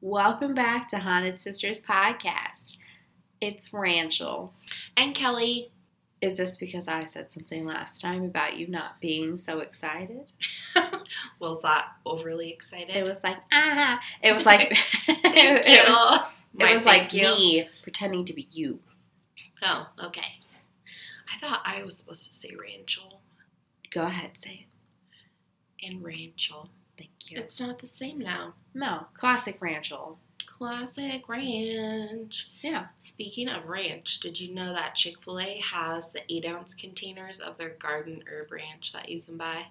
Welcome back to Haunted Sisters Podcast. It's Ranchel. And Kelly, Is this because I said something last time about you not being so excited? was that overly excited? It was like, ah. It was like, it, Thank you. it- it My was like thank you. me pretending to be you. Oh, okay. I thought I was supposed to say Rachel Go ahead, say it. and Rachel. Thank you. It's not the same now. no, classic Ranchel. Classic ranch. Yeah. Speaking of ranch, did you know that Chick fil A has the eight ounce containers of their garden herb ranch that you can buy?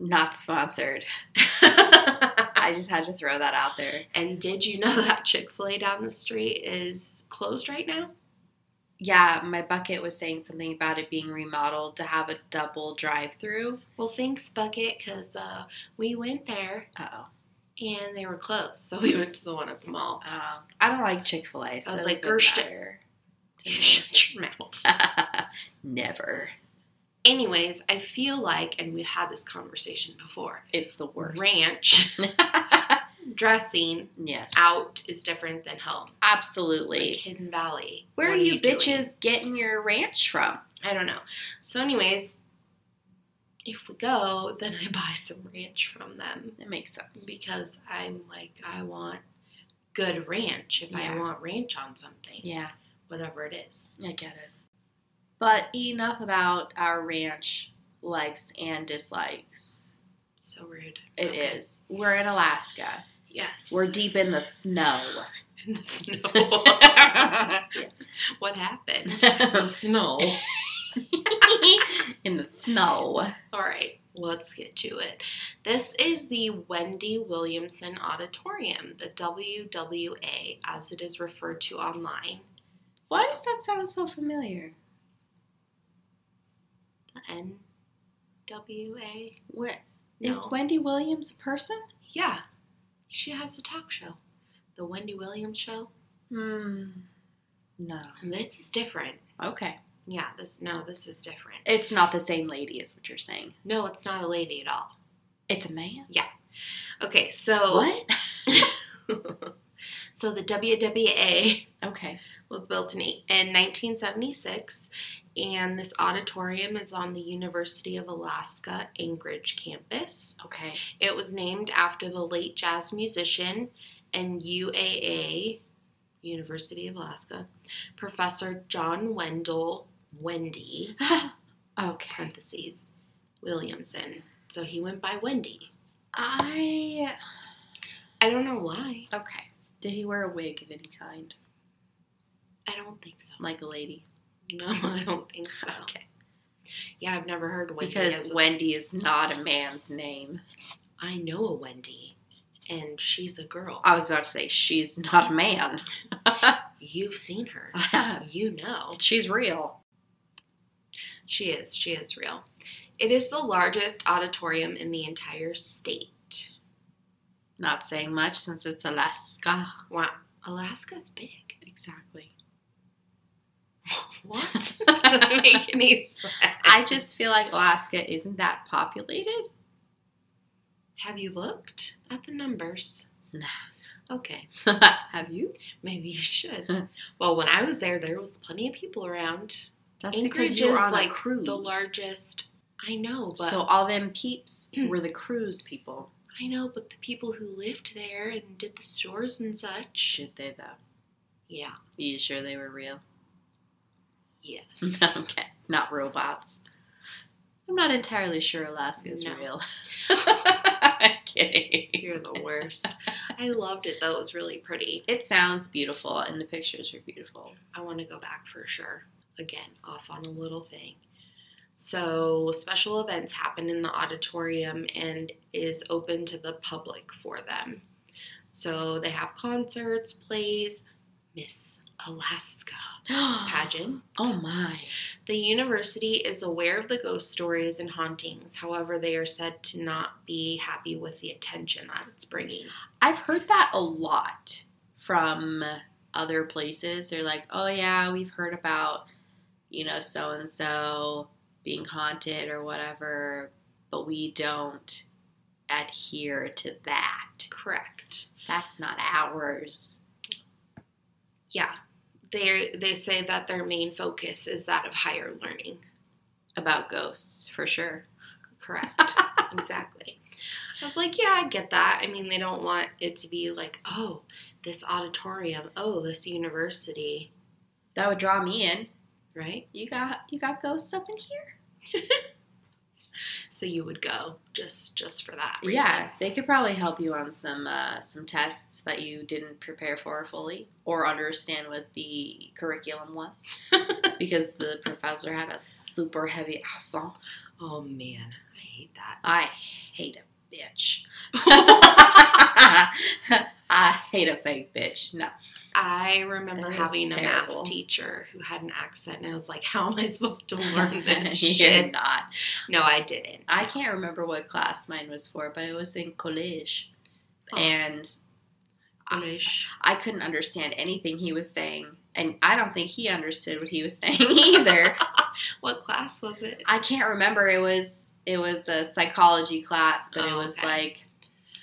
Not sponsored. I just had to throw that out there. and did you know that Chick fil A down the street is closed right now? Yeah, my bucket was saying something about it being remodeled to have a double drive through. Well, thanks, Bucket, because uh, we went there Uh oh. and they were closed. So we went to the one at the mall. Um, I don't like Chick Fil A. So I was it like, doesn't Gersh matter to me. Shut your mouth. Never. Anyways, I feel like, and we've had this conversation before, It's the worst. ranch dressing yes. out is different than home. Like Absolutely. Hidden Valley. Where What are you, doing? bitches getting your ranch from? I don't know. So, anyways, if we go, then I buy some ranch from them That makes sense. because I'm like, I want good ranch if Yeah. I want ranch on something, Yeah, whatever it is. I get it. But enough about our ranch likes and dislikes. So rude. It is. We're in Alaska. Yes. We're deep in the snow. in the snow. what happened? in snow. the snow. All right, let's get to it. This is the Wendy Williamson Auditorium, the WWA, as it is referred to online. Why does that sound so familiar? The NWA? What No. is Wendy Williams a person? Yeah, she has a talk show, The Wendy Williams Show. Hmm. No. And this is different. Okay. Yeah, this, no, this is different. It's not the same lady, is what you're saying. No, it's not a lady at all. It's a man. Okay, so. so the WWA Okay. was built in, eight- in 1976, and this auditorium is on the University of Alaska Anchorage campus. Okay. It was named after the late jazz musician and UAA, University of Alaska, Professor John Wendell Wendy, okay. parentheses, Williamson. So he went by Wendy. I. I don't know why. Okay. Did he wear a wig of any kind? I don't think so. Like a lady? No, I don't think so. Okay. Yeah, I've never heard Wendy. as Because a- Wendy is not a man's name. I know a Wendy, and she's a girl. I was about to say, she's not a man. You've seen her. uh, You know. she's real. She is. She is real. It is the largest auditorium in the entire state. Not saying much since it's Alaska. Wow. Alaska's big. Exactly. What? Doesn't make any sense. I just feel like Alaska isn't that populated. Have you looked at the numbers? Nah. Okay. Have you? Maybe you should. well, when I was there, there was plenty of people around. That's Anchorage because you is were on like a cruise. the largest. I know, but so all them peeps were the cruise people. I know, but the people who lived there and did the stores and such. Did they though? Yeah. You sure they were real? Yes. okay, not robots. I'm not entirely sure Alaska is No. real. I'm kidding. You're the worst. I loved it though. It was really pretty. It sounds beautiful, and the pictures are beautiful. I want to go back for sure. Again, off on a little thing. So, special events happen in the auditorium and is open to the public for them. So, they have concerts, plays, Miss Alaska pageant. Oh my! The university is aware of the ghost stories and hauntings. However, they are said to not be happy with the attention that it's bringing. I've heard that a lot from other places. They're like, oh, yeah, we've heard about, you know, so and so being haunted or whatever, but we don't adhere to that. Correct. That's not ours. Yeah. They they say that their main focus is that of higher learning. About ghosts, for sure. Correct. exactly. I was like, yeah, I get that. I mean, they don't want it to be like, oh, this auditorium, oh, this university, That would draw me in. right? You got you got ghosts up in here? So you would go just just for that. Yeah, they could probably help you on some uh, some tests that you didn't prepare for fully or understand what the curriculum was, because the professor had a super heavy accent. reason. Oh man, I hate that. I hate a bitch. I hate a fake bitch. No, I remember That is having a terrible. math teacher who had an accent, and I was like, "How am I supposed to learn this You shit?" did not. No, I didn't. I can't remember what class mine was for, but it was in college, Huh. and English. I couldn't understand anything he was saying, and I don't think he understood what he was saying either. What class was it? I can't remember. It was it was a psychology class, but it Oh, was okay. like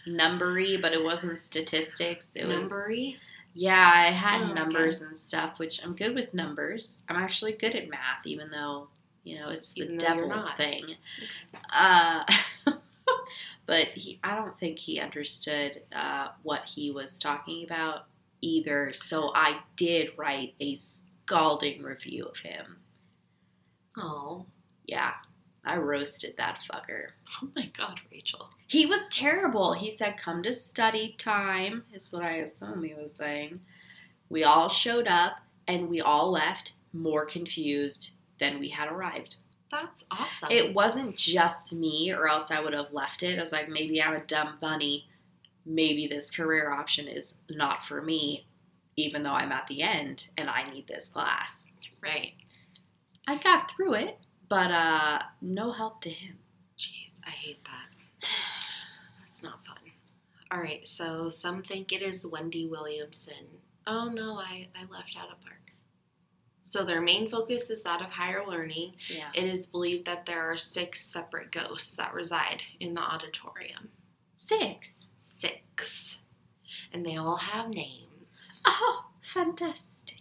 numbery, but it wasn't statistics. It was Numbery. yeah, I had Oh, okay. numbers and stuff, which I'm good with numbers. I'm actually good at math, even though you know it's the Even though you're devil's not. thing. Uh, but he, I don't think he understood uh, what he was talking about either. So I did write a scalding review of him. Oh, Yeah, I roasted that fucker. oh my God, Rachel. He was terrible. He said, Come to study time, is what I assume he was saying. We all showed up and we all left more confused than we had arrived. That's awesome. It wasn't just me, or else I would have left it. I was like, Maybe I'm a dumb bunny. Maybe this career option is not for me, even though I'm at the end and I need this class. right. I got through it, but uh, no help to him. Jeez, I hate that. That's not fun. All right, so some think it is Wendy Williamson. Oh no, I, I left out a part. So their main focus is that of higher learning. Yeah. It is believed that there are six separate ghosts that reside in the auditorium. Six. Six. And they all have names. Oh, fantastic.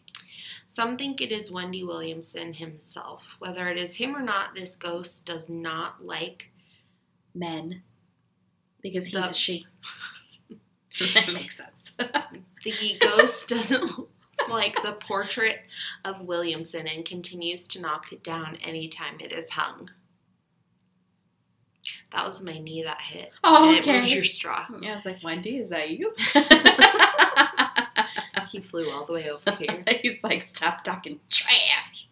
Some think it is Wendy Williamson himself. Whether it is him or not, this ghost does not like men because he's The- a she. that makes sense. The ghost doesn't like the portrait of Williamson and continues to knock it down anytime it is hung. That was my knee that hit. Oh, And it moved your straw. Yeah, I was like, Wendy, is that you? He flew all the way over here. he's like, stop talking trash.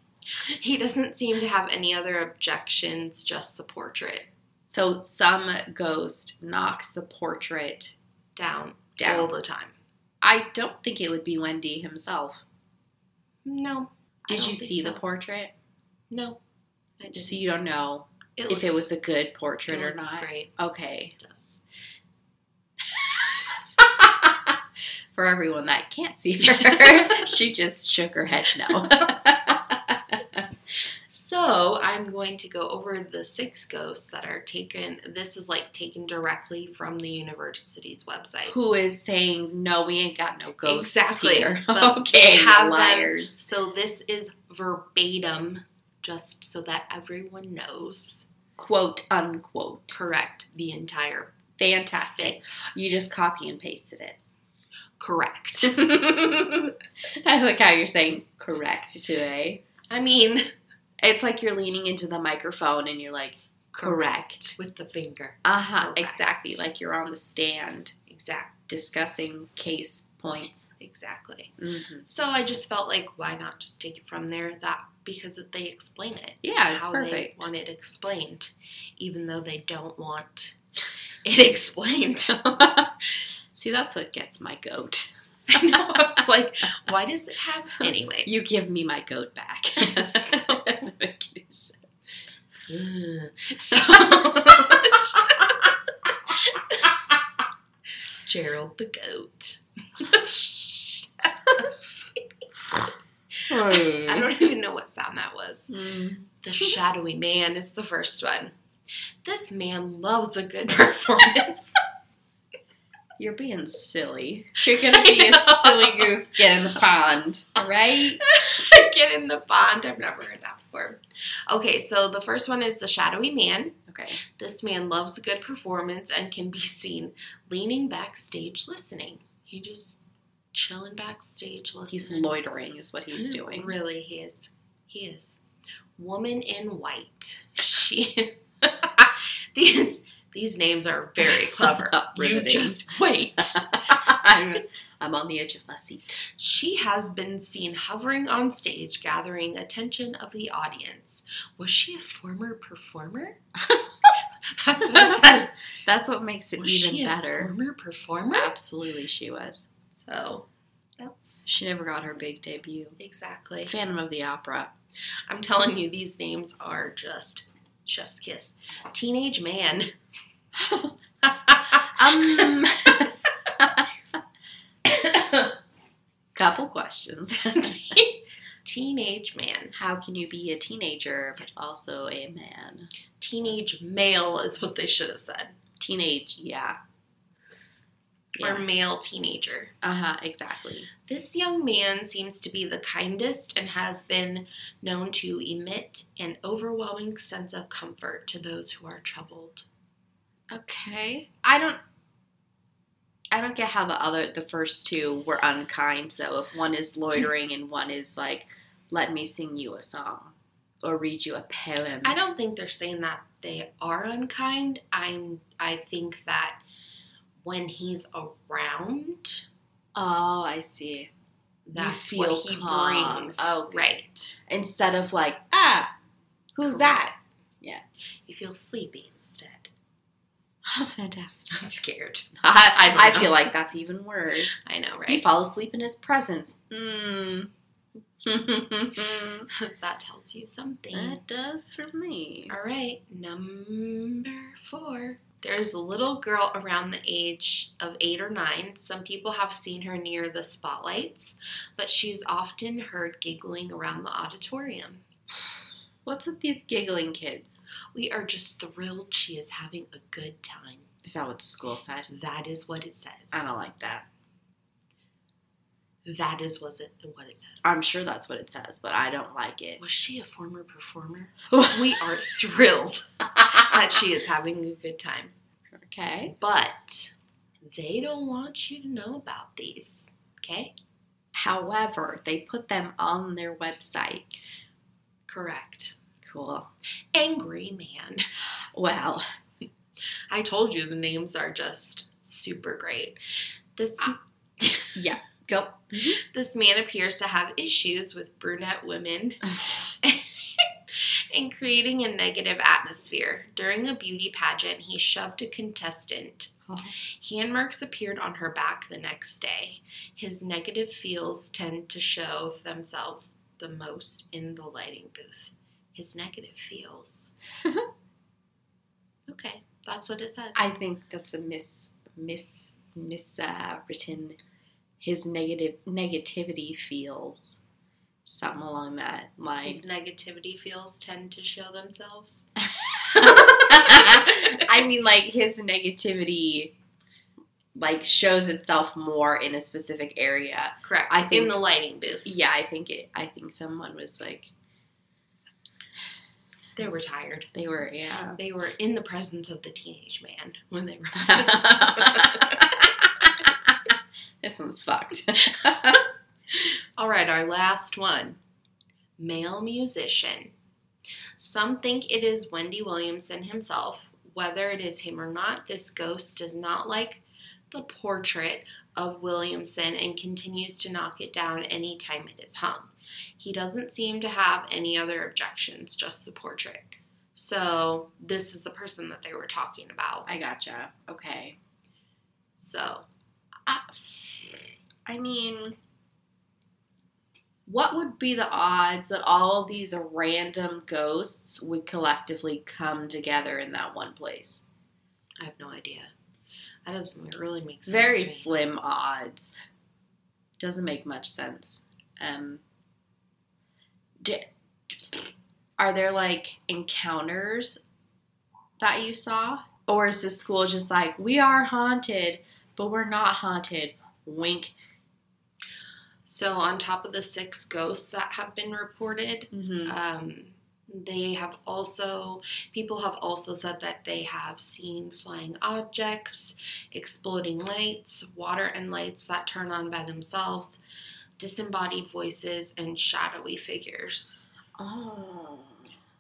he doesn't seem to have any other objections, just the portrait So some ghost knocks the portrait down, all down. the time. I don't think it would be Wendy himself. No. I Did don't you think see so. the portrait? No. I didn't. So you don't know if it looks- was a good it portrait or looks not. great. Okay. It does. For everyone that can't see her, she just shook her head no. So I'm going to go over the six ghosts that are taken. This is like taken directly from the university's website. who is saying no we ain't got no ghosts Exactly. here But okay they have them. liars So this is verbatim, just so that everyone knows. quote unquote Correct. The entire fantastic you just copy and pasted it correct. i like how you're saying correct today I mean, it's like you're leaning into the microphone and you're like correct, with the finger. uh-huh Correct. exactly like you're on the stand Exact. discussing case points Exactly. Mhm. So I just felt like, why not just take it from there? That because they explain it. yeah it's how they perfect want it explained, even though they don't want it explained. see that's what gets my goat I know. I was like, why does it have anyway? you give me my goat back That's what it is. Ugh. So Gerald the goat. I Hmm. don't even know what sound that was. Mm. The shadowy man is the first one. This man loves a good performance. You're being silly. You're gonna be a know. silly goose. Get in the pond. All right. Get in the pond. I've never heard that before. Okay, so the first one is the shadowy man. Okay. This man loves a good performance and can be seen leaning backstage listening. He just chilling backstage listening. He's loitering, is what he's doing. Really, he is. He is. Woman in white. She. these these names are very clever. you Riveting. just wait. I'm, I'm on the edge of my seat. She has been seen hovering on stage, gathering attention of the audience. Was she a former performer? That's what it says. That's what makes it Was even she a better. former performer? Absolutely, she was. So that's She never got her big debut. exactly. Phantom of the Opera. I'm telling you, these names are just chef's kiss. Teenage man. Um, couple questions. Teenage man. How can you be a teenager but also a man? Teenage male is what they should have said. Teenage, yeah. Or male teenager. Uh huh. Exactly. This young man seems to be the kindest and has been known to emit an overwhelming sense of comfort to those who are troubled. Okay. I don't. I don't get how the other, the first two were unkind though. If one is loitering and one is like, "Let me sing you a song," or read you a poem. I don't think they're saying that they are unkind. I'm I think that when he's around, Oh, I see. that's feel what he calm. brings. Okay. right. Instead of like, ah, who's that? You feel sleepy instead. Oh, fantastic. I'm scared. I, I I, don't know. feel like that's even worse. I know, You right? fall asleep in his presence. Mm. that that tells you something. does for me. All right, number four. There's a little girl around the age of eight or nine. Some people have seen her near the spotlights, but she's often heard giggling around the auditorium. What's with these giggling kids? We are just thrilled she is having a good time. Is that what the school said? That is what it says. I don't like that. That is what it, what it says. I'm sure that's what it says, but I don't like it. Was she a former performer? okay. We are thrilled that she is having a good time. But they don't want you to know about these, okay? However, they put them on their website. Correct. Cool. Angry Man. Well, I told you the names are just super great. This go. this man appears to have issues with brunette women Mm-hmm. and creating a negative atmosphere. During a beauty pageant, he shoved a contestant. Oh. Handmarks appeared on her back the next day. His negative feels tend to show themselves the most in the lighting booth. His negative feels. okay, that's what it said. I think that's a mis mis mis uh, written his negative negativity feels something along that line. His negativity feels tend to show themselves. I mean like his negativity like shows itself more in a specific area. Correct. I think- in the lighting booth. Yeah, I think it I think someone was like They were tired. they were yeah. They were in the presence of the teenage man when they wrote this. this one's fucked. okay. All right, our last one. Male musician. Some think it is Wendy Williamson himself. Whether it is him or not, this ghost does not like the portrait of Williamson and continues to knock it down any time it is hung. He doesn't seem to have any other objections, just the portrait. So, this is the person that they were talking about. I gotcha. Okay. So, I mean, what would be the odds that all of these random ghosts would collectively come together in that one place? I have no idea. That doesn't really make sense. Very to me. slim odds. Doesn't make much sense. Um, d- are there like encounters that you saw? Or is this school just like, we are haunted, but we're not haunted. Wink. So, on top of the six ghosts that have been reported, Mm-hmm. um, they have also, people have also said that they have seen flying objects, exploding lights, water and lights that turn on by themselves, disembodied voices, and shadowy figures. Oh.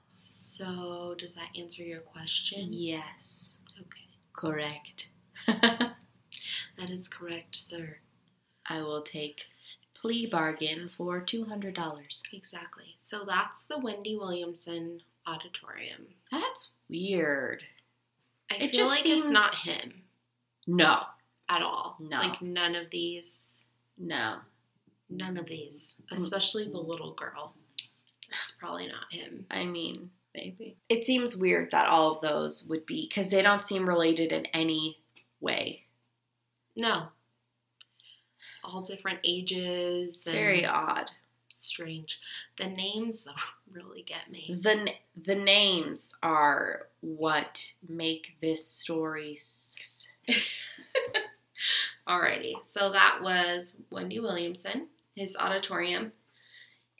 So, does that answer your question? Yes. Okay. Correct. That is correct, sir. I will take plea bargain for two hundred dollars. Exactly. So that's the Wendy Williamson auditorium. That's weird. I It feel just like it's seems- not him No, at all. No. Like none of these, no. none of these, Mm. especially the little girl. It's probably not him. I mean, maybe it seems weird that all of those would be because they don't seem related in any way. No. All different ages and Very odd. strange. The names though really get me. the n- The names are what make this story. s- Alrighty. So that was Wendy Williamson, his auditorium.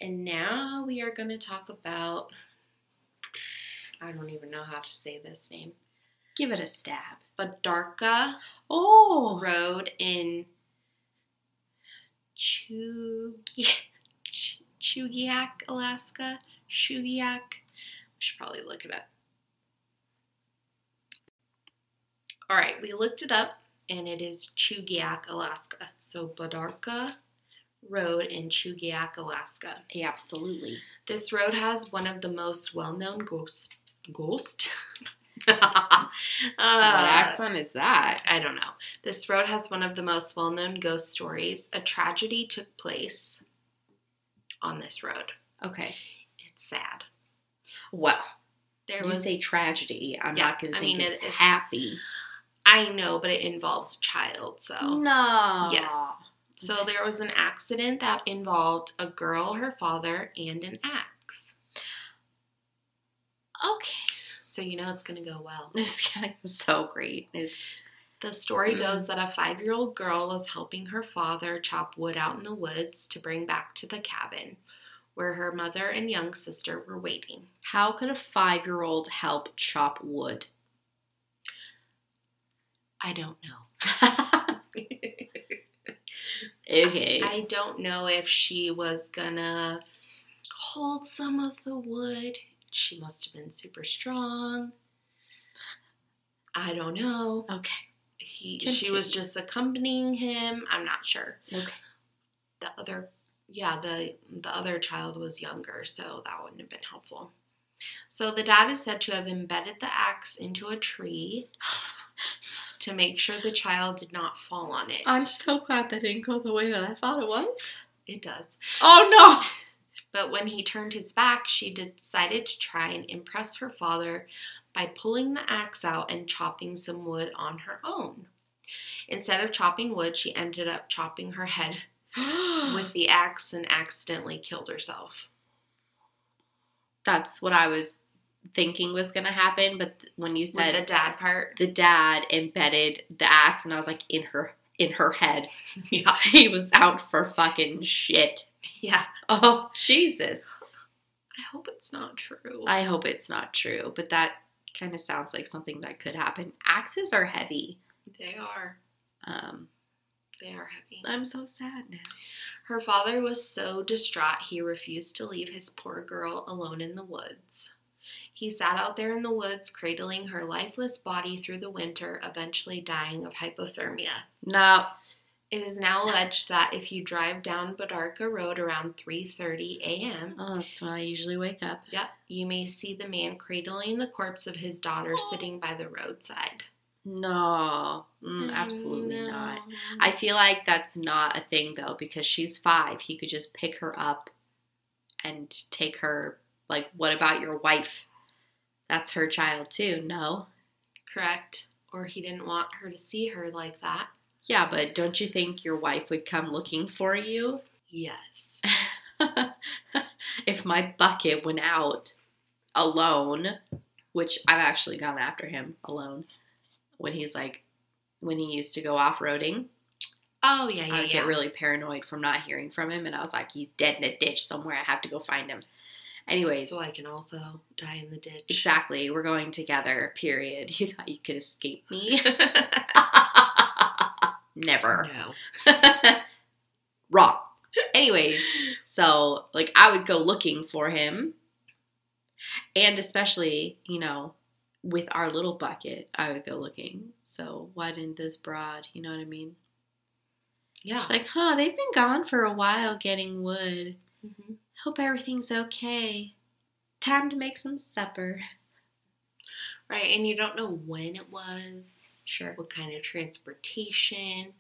And now we are going to talk about I don't even know how to say this name. Give it a stab. Badarka Oh, Road in Chugiak, Ch- Chugiak, Alaska. Chugiak. We should probably look it up. All right, we looked it up and it is Chugiak, Alaska. So Badarka Road in Chugiak, Alaska. absolutely. This road has one of the most well-known ghost ghost. what Uh, accent is that? I don't know. This road has one of the most well known ghost stories. A tragedy took place on this road. Okay. It's sad. Well, There you was. say tragedy. I'm Yeah, not going I to think mean, it- it's, it's- happy. I know, but it involves a Oh, child, so. No. Yes. So there was an accident that involved a girl, her father, and an axe. Okay. So you know it's gonna go well. This guy was so great. It's The story Mm. goes that a five year old girl was helping her father chop wood out in the woods to bring back to the cabin where her mother and young sister were waiting. how could a five year old help chop wood? I don't know. Okay. I don't know if she was gonna hold some of the wood. She must have been super strong. I don't know. okay. He, she was Continue. just accompanying him. I'm not sure. Okay. The other, yeah, the the other child was younger, so that wouldn't have been helpful. So the dad is said to have embedded the axe into a tree to make sure the child did not fall on it. I'm so glad that didn't go the way that I thought it was. it does. Oh But when he turned his back, she decided to try and impress her father by pulling the axe out and chopping some wood on her own. Instead of chopping wood, she ended up chopping her head no! with the axe and accidentally killed herself. That's what I was thinking was going to happen, but th- when you With the said dad part. the dad embedded the axe, and I was like, in her in her head, Yeah. he was out for fucking shit. Yeah. Oh Jesus! I hope it's not true. I hope it's not true, but that kind of sounds like something that could happen. Axes are heavy. they are. Um, They are heavy. I'm so sad now. Her father was so distraught he refused to leave his poor girl alone in the woods. He sat out there in the woods, cradling her lifeless body through the winter, eventually dying of hypothermia. No, It is now alleged that if you drive down Badarka Road around 3:30 a.m., oh, that's when I usually wake up. yeah, you may see the man cradling the corpse of his daughter sitting by the roadside. No, mm, absolutely not. I feel like that's not a thing though, because she's five. He could just pick her up and take her. Like, what about your wife? That's her child too. No. correct, or he didn't want her to see her like that. Yeah, but don't you think your wife would come looking for you? Yes. if my bucket went out alone, which I've actually gone after him alone, when he's like, when he used to go off roading. Oh yeah, yeah, I would yeah. get really paranoid from not hearing from him, and I was like, he's dead in a ditch somewhere. I have to go find him. Anyways, so I can also die in the ditch. exactly. We're going together, period. You thought you could escape me? Never. no. Wrong. Anyways, so like I would go looking for him. And especially, you know, with our little bucket, I would go looking. So why didn't this broad, you know what I mean? Yeah. She's like, huh, they've been gone for a while getting wood. Mhm. Hope everything's okay. Time to make some supper. Right, and you don't know when it was, Sure. what kind of transportation,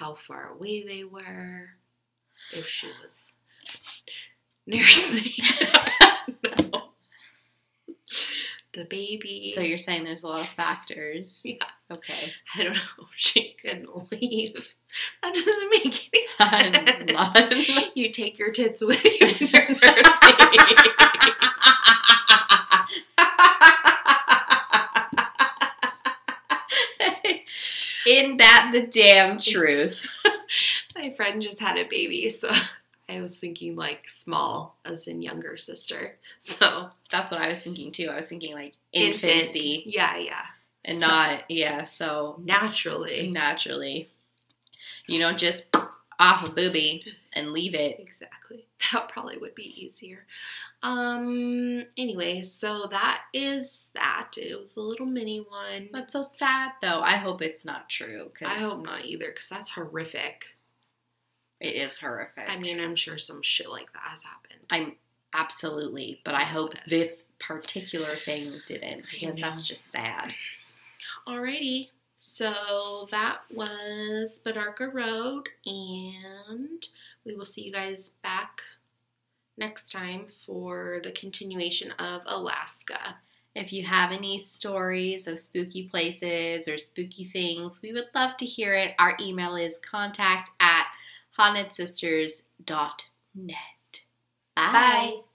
how far away they were, if she was nursing No. the baby. So you're saying there's a lot of factors. Yeah. Okay. I don't know if she couldn't leave. That doesn't make any I'm sense. not- You take your tits with you when you're nursing. In that the damn truth. My friend just had a baby, so I was thinking like small, as in younger sister. So That's what I was thinking too. I was thinking like infant. infancy Yeah, yeah. and not yeah, so Naturally. naturally. You don't just off a booby and leave it. Exactly. That probably would be easier. Um. Anyway, so that is that. It was a little mini one. That's so sad though. I hope it's not true I because hope not either, because that's horrific. it is horrific. I mean, I'm sure some shit like that has happened. I'm absolutely, but I Yes, hope it is. this particular thing didn't because know. that's just sad. Alrighty. So that was Badarka Road, and we will see you guys back next time for the continuation of Alaska. If you have any stories of spooky places or spooky things, we would love to hear it. Our email is contact at hauntedsisters.net. Bye. Bye.